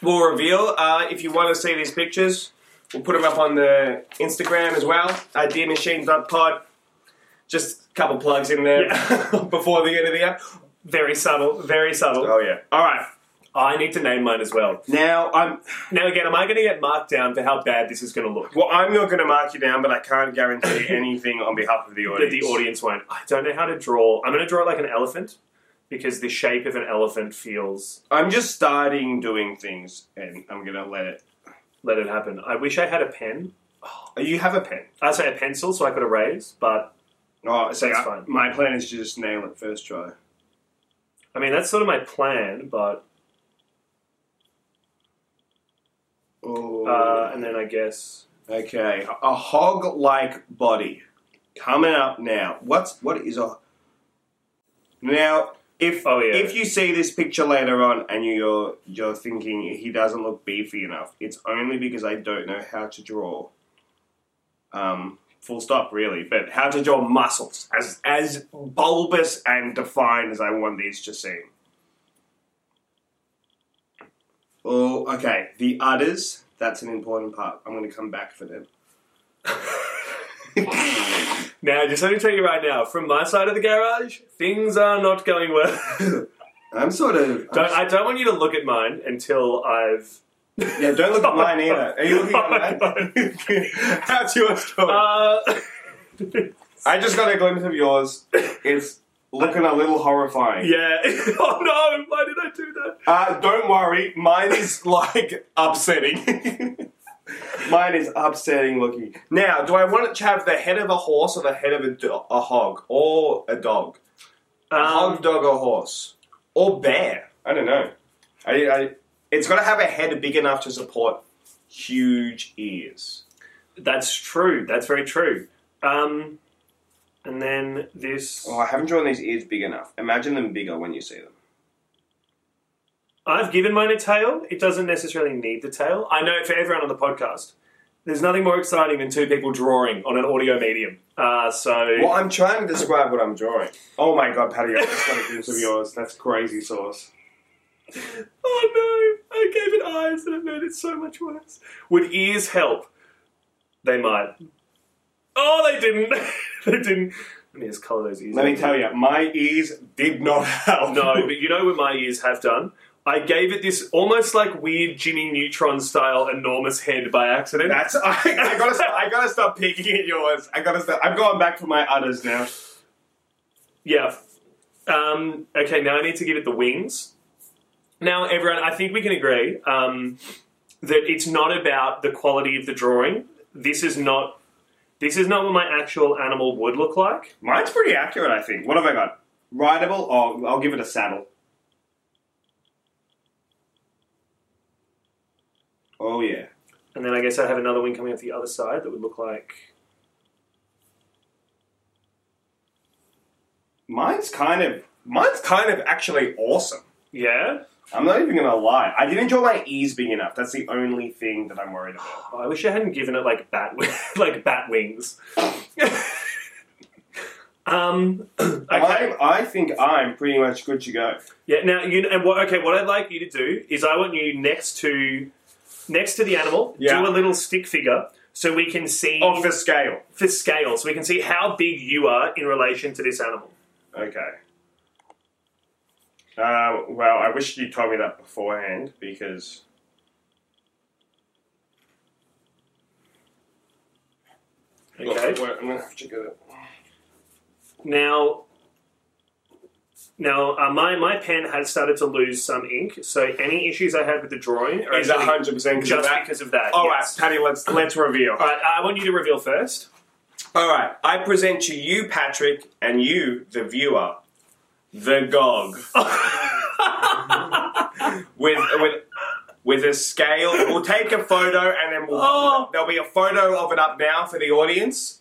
Speaker 2: we'll reveal. Uh, if you want to see these pictures, we'll put them up on the Instagram as well. Ideamachine.pod. Just a couple plugs in there
Speaker 1: Yeah.
Speaker 2: <laughs> before the end of the app.
Speaker 1: Very subtle, very subtle.
Speaker 2: Oh yeah. All right.
Speaker 1: I need to name mine as well.
Speaker 2: Now I'm.
Speaker 1: Now, again, am I going to get marked down for how bad this is going to look?
Speaker 2: Well, I'm not going to mark you down, but I can't
Speaker 1: <coughs>
Speaker 2: guarantee anything on behalf of the
Speaker 1: That
Speaker 2: audience.
Speaker 1: the audience won't. I don't know how to draw. I'm going to draw like an elephant because the shape of an elephant feels.
Speaker 2: I'm just starting doing things, and I'm going to let it. Oh,
Speaker 1: Let it happen. I wish I had a pen.
Speaker 2: You have a pen.
Speaker 1: I say a pencil so I could erase, but
Speaker 2: Oh, so
Speaker 1: That's
Speaker 2: I-
Speaker 1: fine.
Speaker 2: my plan is to just nail it first try.
Speaker 1: I mean that's sort of my plan. But
Speaker 2: Oh,
Speaker 1: uh, and then I guess
Speaker 2: okay, a hog-like body coming up now. What's what is a now? If
Speaker 1: Oh, yeah.
Speaker 2: if you see this picture later on and you're you're thinking he doesn't look beefy enough, it's only because I don't know how to draw. Um, full stop, really. But how to draw muscles as as bulbous and defined as I want these to seem. Oh, okay. The udders. That's an important part. I'm going to come back for them.
Speaker 1: now just let me tell you right now from my side of the garage things are not going well. <laughs>
Speaker 2: I'm sort of.
Speaker 1: don't, I don't want you to look at mine until I've
Speaker 2: Yeah, don't
Speaker 1: <laughs>
Speaker 2: look at mine either. Are you looking
Speaker 1: Oh my <laughs>
Speaker 2: at mine? <laughs> That's your story.
Speaker 1: Uh, <laughs>
Speaker 2: I just got a glimpse of yours. It's looking a little horrifying.
Speaker 1: yeah. <laughs> oh no! Why did I do that?
Speaker 2: Uh, don't worry, mine is <laughs> like upsetting. <laughs> mine is upsetting looking. Now, do I want it to have the head of a horse or the head of a, do- a hog or a dog? A
Speaker 1: Um,
Speaker 2: hog, dog, or horse or bear? I don't know. I, I, it's got to have a head big enough to support huge ears.
Speaker 1: that's true. That's very true. Um, and then this.
Speaker 2: Oh, I haven't drawn these ears big enough. Imagine them bigger when you see them.
Speaker 1: I've given mine a tail. It doesn't necessarily need the tail. I know for everyone on the podcast, there's nothing more exciting than two people drawing on an audio medium. Uh, so
Speaker 2: Well, I'm trying to describe what I'm drawing. Oh my god, Patty, I just got a glimpse of yours. That's crazy sauce.
Speaker 1: Oh no, I gave it eyes and it made it so much worse. Would ears help? They might. Oh, they didn't. <laughs> they didn't. Let me just colour those ears.
Speaker 2: Let me tell you, my ears did not help.
Speaker 1: No, but you know what my ears have done? I gave it this almost like weird Jimmy Neutron style enormous head by accident.
Speaker 2: <laughs> that's I, I gotta stop, I gotta stop peeking at yours. I gotta stop. I'm going back for my udders now.
Speaker 1: Yeah. Um, okay, now I need to give it the wings. Now, everyone, I think we can agree um, that it's not about the quality of the drawing. This is not. This is not what my actual animal would look like.
Speaker 2: Mine's pretty accurate, I think. What have I got? Rideable? Oh, I'll give it a saddle. Oh yeah.
Speaker 1: And then I guess I have another wing coming off the other side that would look like.
Speaker 2: Mine's kind of mine's kind of actually awesome.
Speaker 1: Yeah.
Speaker 2: I'm not even gonna lie. I didn't draw my ears big enough. That's the only thing that I'm worried about.
Speaker 1: Oh, I wish I hadn't given it like bat wi- <laughs> like bat wings. <laughs> um. <clears throat> Okay.
Speaker 2: I, I think I'm pretty much good to go.
Speaker 1: Yeah. Now you and what? Okay. What I'd like you to do is I want you next to next to the animal.
Speaker 2: Yeah. Oh,
Speaker 1: Do a little stick figure so we can see
Speaker 2: Off the scale.
Speaker 1: for scale, so we can see how big you are in relation to this animal.
Speaker 2: Okay. Uh, well, I wish you told me that beforehand because.
Speaker 1: Okay.
Speaker 2: Wait, I'm gonna have to get it.
Speaker 1: Now, now uh, my my pen has started to lose some ink, so any issues I had with the drawing are
Speaker 2: Is that
Speaker 1: actually
Speaker 2: 100 percent
Speaker 1: just because of that.
Speaker 2: All right,
Speaker 1: yes.
Speaker 2: Patty. Let's let's reveal.
Speaker 1: All right, I want you to reveal first.
Speaker 2: All right. I present to you, Patrick, and you, the viewer, the
Speaker 1: <laughs>
Speaker 2: gog with with with a scale. We'll take a photo, and then we'll
Speaker 1: Oh.
Speaker 2: there'll be a photo of it up now for the audience.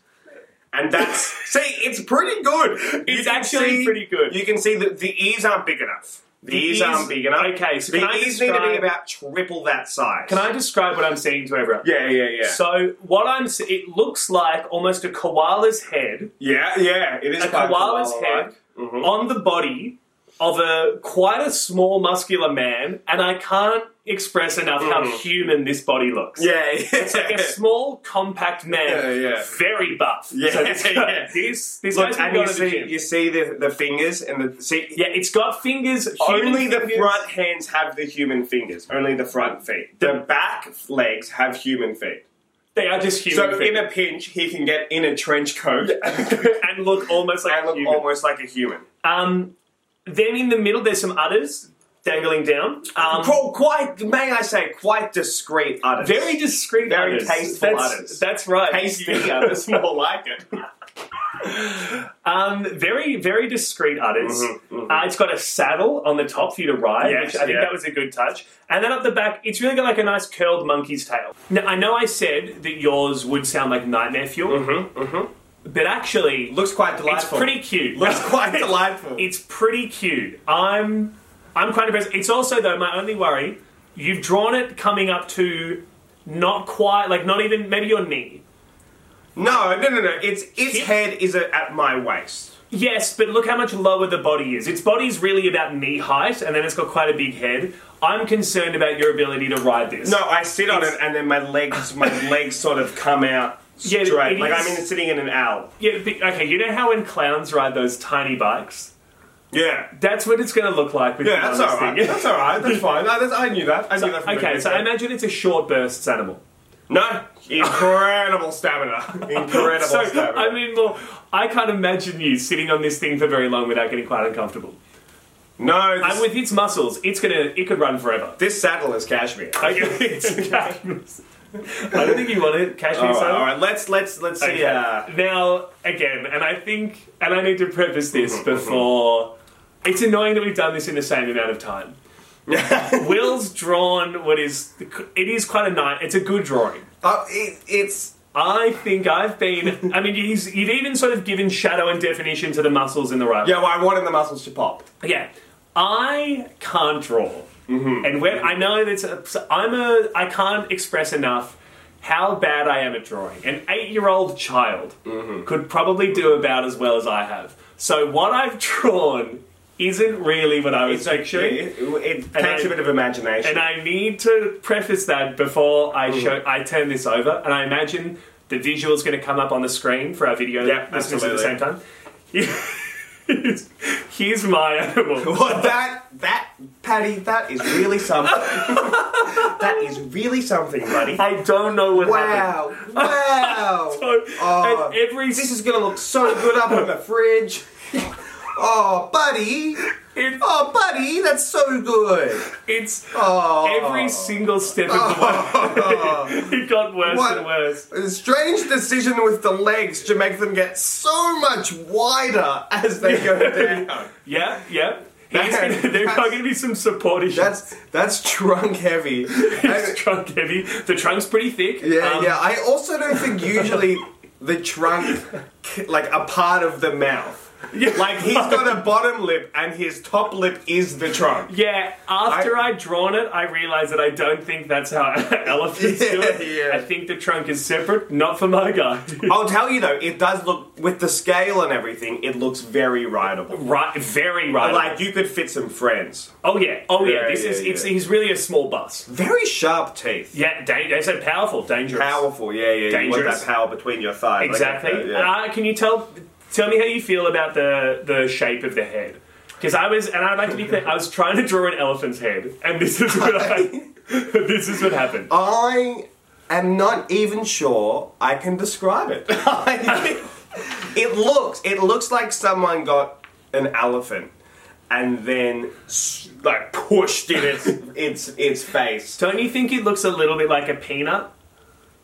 Speaker 2: And that's
Speaker 1: <laughs>
Speaker 2: see, it's pretty good. You
Speaker 1: It's
Speaker 2: can
Speaker 1: actually
Speaker 2: see-
Speaker 1: pretty good.
Speaker 2: You can see that the ears aren't big enough. The, ears, aren't big enough.
Speaker 1: Okay, so
Speaker 2: The
Speaker 1: can I
Speaker 2: ears need to be
Speaker 1: describe-
Speaker 2: about triple that size.
Speaker 1: Can I describe what I'm seeing to everyone?
Speaker 2: Yeah, yeah, yeah.
Speaker 1: So what I'm se- it looks like almost a koala's head
Speaker 2: yeah, yeah. It is
Speaker 1: a
Speaker 2: quite
Speaker 1: koala's
Speaker 2: koala-like.
Speaker 1: head
Speaker 2: mm-hmm.
Speaker 1: on the body of a quite a small muscular man, and I can't express enough how human this body looks.
Speaker 2: Mm. Yeah, <laughs> yeah.
Speaker 1: It's like a small, compact man,
Speaker 2: Yeah, yeah.
Speaker 1: very buff.
Speaker 2: Yeah,
Speaker 1: so this, guy-
Speaker 2: <laughs> yeah.
Speaker 1: this, this guy's
Speaker 2: Look,
Speaker 1: been
Speaker 2: and you
Speaker 1: going to the
Speaker 2: see,
Speaker 1: gym.
Speaker 2: you see the, the fingers and the see.
Speaker 1: Yeah, it's got fingers.
Speaker 2: Only
Speaker 1: human
Speaker 2: the
Speaker 1: fingers.
Speaker 2: front hands have the human fingers. Only the front feet. The back legs have human feet.
Speaker 1: They are just human.
Speaker 2: So in
Speaker 1: fingers.
Speaker 2: a pinch, he can get in a trench <laughs> coat and
Speaker 1: and look almost like
Speaker 2: look
Speaker 1: human.
Speaker 2: almost like a human.
Speaker 1: Um, then in the middle, there's some udders dangling down. Um,
Speaker 2: Qu- quite, may I say, quite discreet udders.
Speaker 1: very discreet,
Speaker 2: Very
Speaker 1: udders.
Speaker 2: tasteful
Speaker 1: that's,
Speaker 2: udders.
Speaker 1: That's right. <laughs>
Speaker 2: tasty udders, more like it.
Speaker 1: Um, very, very discreet udders.
Speaker 2: Mhm, mhm.
Speaker 1: Uh, it's got a saddle on the top for you to ride,
Speaker 2: Yes,
Speaker 1: which I think
Speaker 2: yeah.
Speaker 1: that was a good touch. And then up the back, it's really got like a nice curled monkey's tail. Now, I know I said that yours would sound like nightmare fuel,
Speaker 2: Mm-hmm, mm-hmm.
Speaker 1: but actually,
Speaker 2: <laughs> Looks quite
Speaker 1: it's
Speaker 2: delightful.
Speaker 1: pretty cute. <laughs>
Speaker 2: Looks quite <laughs> delightful.
Speaker 1: it's pretty cute. I'm, I'm quite impressed. It's also though my only worry. You've drawn it coming up to not quite like not even maybe your knee.
Speaker 2: no, no, no, no. It's its
Speaker 1: Hip-
Speaker 2: head is a, at my waist.
Speaker 1: Yes, but look how much lower the body is. Its body's really about knee height, and then it's got quite a big head. I'm concerned about your ability to ride this.
Speaker 2: No, I sit on it and then my legs, my
Speaker 1: <laughs>
Speaker 2: legs sort of come out
Speaker 1: Yeah, it
Speaker 2: straight. like
Speaker 1: is-
Speaker 2: I'm in, sitting in an owl.
Speaker 1: Yeah, but- okay, you know how when clowns ride those tiny bikes?
Speaker 2: Yeah.
Speaker 1: That's what it's going to look like. With
Speaker 2: Yeah, that's
Speaker 1: the
Speaker 2: all
Speaker 1: honest
Speaker 2: right.
Speaker 1: thing.
Speaker 2: That's all right. That's fine. No, <laughs> that's, I knew that. I knew that. From
Speaker 1: okay,
Speaker 2: the
Speaker 1: so
Speaker 2: get-go.
Speaker 1: imagine it's a short bursts animal.
Speaker 2: no incredible <laughs> stamina. Incredible
Speaker 1: So,
Speaker 2: stamina.
Speaker 1: I mean, well, I can't imagine you sitting on this thing for very long without getting quite uncomfortable.
Speaker 2: no, this,
Speaker 1: And with its muscles, it's gonna, it could run
Speaker 2: <laughs>
Speaker 1: forever. <laughs>
Speaker 2: this saddle is cashmere.
Speaker 1: Like, it's
Speaker 2: <laughs>
Speaker 1: I don't think you want it, cashmere
Speaker 2: All right,
Speaker 1: saddle.
Speaker 2: all right. Let's let's let's see.
Speaker 1: Okay.
Speaker 2: Uh,
Speaker 1: Now, again, and I think, and I need to preface this before. It's annoying that we've done this in the same amount of time. Will's drawn what is it is quite a nice. It's a good drawing.
Speaker 2: oh, it, it's
Speaker 1: I think I've been. I mean, he's, you've even sort of given shadow and definition to the muscles in the right.
Speaker 2: yeah. Well, I wanted the muscles to pop.
Speaker 1: Yeah. I can't draw,
Speaker 2: Mm-hmm.
Speaker 1: and when I know that's a, I'm a I can't express enough how bad I am at drawing. An eight-year-old child
Speaker 2: Mm-hmm.
Speaker 1: could probably do about as well as I have. So what I've <laughs> drawn isn't really what I was picturing.
Speaker 2: It, it
Speaker 1: And
Speaker 2: takes
Speaker 1: I-
Speaker 2: a bit of imagination.
Speaker 1: And I need to preface that before
Speaker 2: Mm-hmm.
Speaker 1: I show I turn this over, and I imagine the visual's going to come up on the screen for our video
Speaker 2: Yeah,
Speaker 1: listeners at the same time.
Speaker 2: absolutely.
Speaker 1: <laughs> Here's- Here's my <laughs> animal.
Speaker 2: Well, that that Patty, that is really something. that is really something, buddy.
Speaker 1: I don't know what happened.
Speaker 2: Wow! Wow!
Speaker 1: So,
Speaker 2: Oh,
Speaker 1: and every
Speaker 2: this is gonna look so good up on the fridge. Oh, buddy!
Speaker 1: it-
Speaker 2: Oh, buddy! That's so good.
Speaker 1: it's
Speaker 2: Oh,
Speaker 1: every single step of the way <laughs> it got worse
Speaker 2: What?
Speaker 1: and worse.
Speaker 2: A strange decision with the legs to make them get so much wider as they go down.
Speaker 1: Yeah, yeah. He's
Speaker 2: That-
Speaker 1: gonna, there are
Speaker 2: that's-
Speaker 1: going to be some support issues. <laughs>
Speaker 2: That's that's trunk <laughs> heavy.
Speaker 1: It's trunk heavy. The trunk's pretty thick.
Speaker 2: Yeah,
Speaker 1: Um,
Speaker 2: yeah. I also don't think usually the trunk, c- like a part of the mouth.
Speaker 1: Yeah.
Speaker 2: Like he's got a bottom lip and his top lip is the trunk.
Speaker 1: Yeah, after I, would drawn it, I realised that I don't think that's how <laughs> elephants do it.
Speaker 2: Yeah, Oh. yeah.
Speaker 1: I think the trunk is separate, not for my guy.
Speaker 2: I'll tell you though, it does look with the scale and everything, it looks very rideable.
Speaker 1: <laughs> right, very right.
Speaker 2: Like you could fit some friends.
Speaker 1: oh yeah, oh yeah.
Speaker 2: Yeah,
Speaker 1: this
Speaker 2: yeah,
Speaker 1: is it's
Speaker 2: yeah.
Speaker 1: he's really a small bus.
Speaker 2: Very sharp teeth.
Speaker 1: Yeah, da- they said powerful, dangerous,
Speaker 2: Powerful, yeah, yeah. You want
Speaker 1: Dangerous.
Speaker 2: that power between your thighs. like
Speaker 1: Exactly.
Speaker 2: that, yeah.
Speaker 1: uh, can you tell tell me how you feel about the the shape of the head? Because I was, and I'd like to be clear, I was trying to draw an elephant's head, and this is what I <laughs> this is what happened.
Speaker 2: I am not even sure I can describe it. it looks it looks like someone got an elephant and then s- like pushed in its its its face.
Speaker 1: Don't you think it looks a little bit like a peanut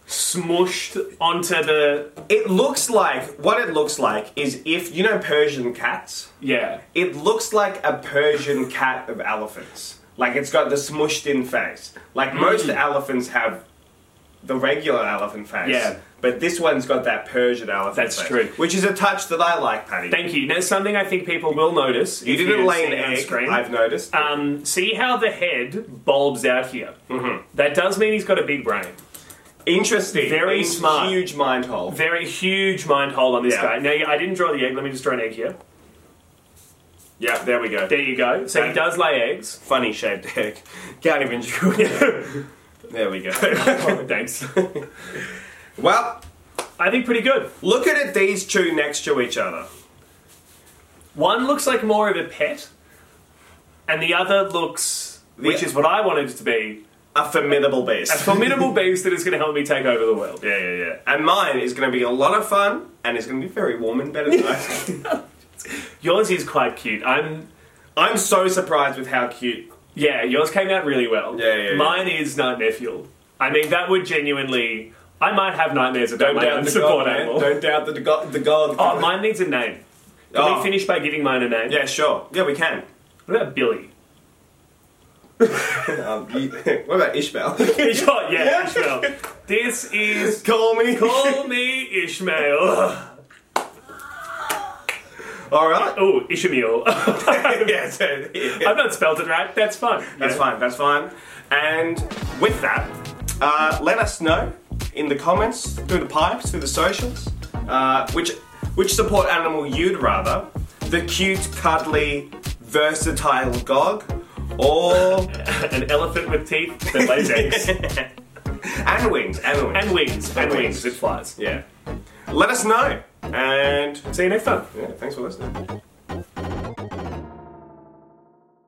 Speaker 1: smushed onto the
Speaker 2: It looks like what it looks like is if you know Persian cats.
Speaker 1: yeah?
Speaker 2: It looks like a Persian cat of elephants. Like it's got the smushed in face. Like
Speaker 1: Hmm.
Speaker 2: most elephants have the regular elephant face.
Speaker 1: Yeah.
Speaker 2: But this one's got that Persian elephant
Speaker 1: That's
Speaker 2: face.
Speaker 1: true.
Speaker 2: Which is a touch that I like, Patty.
Speaker 1: Thank you. Now something I think people will notice.
Speaker 2: you
Speaker 1: if
Speaker 2: didn't lay
Speaker 1: see
Speaker 2: an
Speaker 1: it on
Speaker 2: egg,
Speaker 1: Screen.
Speaker 2: I've noticed.
Speaker 1: um, see how the head bulbs out here. Mm-hmm. That does mean he's got a big brain.
Speaker 2: Interesting.
Speaker 1: very
Speaker 2: In-
Speaker 1: smart.
Speaker 2: Huge mind hole.
Speaker 1: Very huge mind hole on this
Speaker 2: Yeah.
Speaker 1: guy. Now yeah, I didn't draw the egg. Let me just draw an egg here.
Speaker 2: yeah, there we go.
Speaker 1: There you go. So he
Speaker 2: Okay.
Speaker 1: does lay
Speaker 2: <laughs>
Speaker 1: eggs. <laughs>
Speaker 2: Funny shaped egg. Can't even chew it.
Speaker 1: <laughs>
Speaker 2: there we go.
Speaker 1: Oh, thanks.
Speaker 2: well,
Speaker 1: I think pretty good.
Speaker 2: look at it, these two next to each other.
Speaker 1: One looks like more of a pet, and the other looks, which
Speaker 2: Yeah.
Speaker 1: is what I wanted it to be,
Speaker 2: A formidable beast.
Speaker 1: a
Speaker 2: <laughs>
Speaker 1: formidable beast that is going to help me take over the world.
Speaker 2: Yeah, yeah, yeah. And mine is going to be a lot of fun, and it's going to be very warm and better than I.
Speaker 1: Yours is quite cute. I'm
Speaker 2: I'm so surprised with how cute.
Speaker 1: yeah, yours came out really well.
Speaker 2: Yeah, yeah, yeah.
Speaker 1: Mine is nightmare fuel. I mean, that would genuinely. I might have nightmares about my own support animal.
Speaker 2: Don't doubt the god. The god.
Speaker 1: Oh, mine needs a name. Can
Speaker 2: Oh.
Speaker 1: we finish by giving mine a name?
Speaker 2: Yeah, sure. Yeah, we can.
Speaker 1: What about Billy?
Speaker 2: Um, you- what about Ishmael?
Speaker 1: oh, yeah,
Speaker 2: Yeah.
Speaker 1: Ishmael. This is
Speaker 2: <laughs> Call me.
Speaker 1: Call Me Ishmael.
Speaker 2: <laughs> All
Speaker 1: <laughs>
Speaker 2: right. <laughs>
Speaker 1: Oh, Ishmael.
Speaker 2: yeah, so, yeah.
Speaker 1: I've not spelled it right. That's fine.
Speaker 2: That's
Speaker 1: Yeah.
Speaker 2: fine. That's fine. And with that, uh, let us know in the comments, through the pipes, through the socials, uh, which which support animal you'd rather: the cute, cuddly, versatile gog, or
Speaker 1: An elephant with teeth that lays
Speaker 2: <laughs>
Speaker 1: eggs
Speaker 2: and wings, and wings.
Speaker 1: and wings and wings.
Speaker 2: wings.
Speaker 1: It flies.
Speaker 2: yeah. Let us know. And
Speaker 1: See you next time.
Speaker 2: yeah, thanks for listening.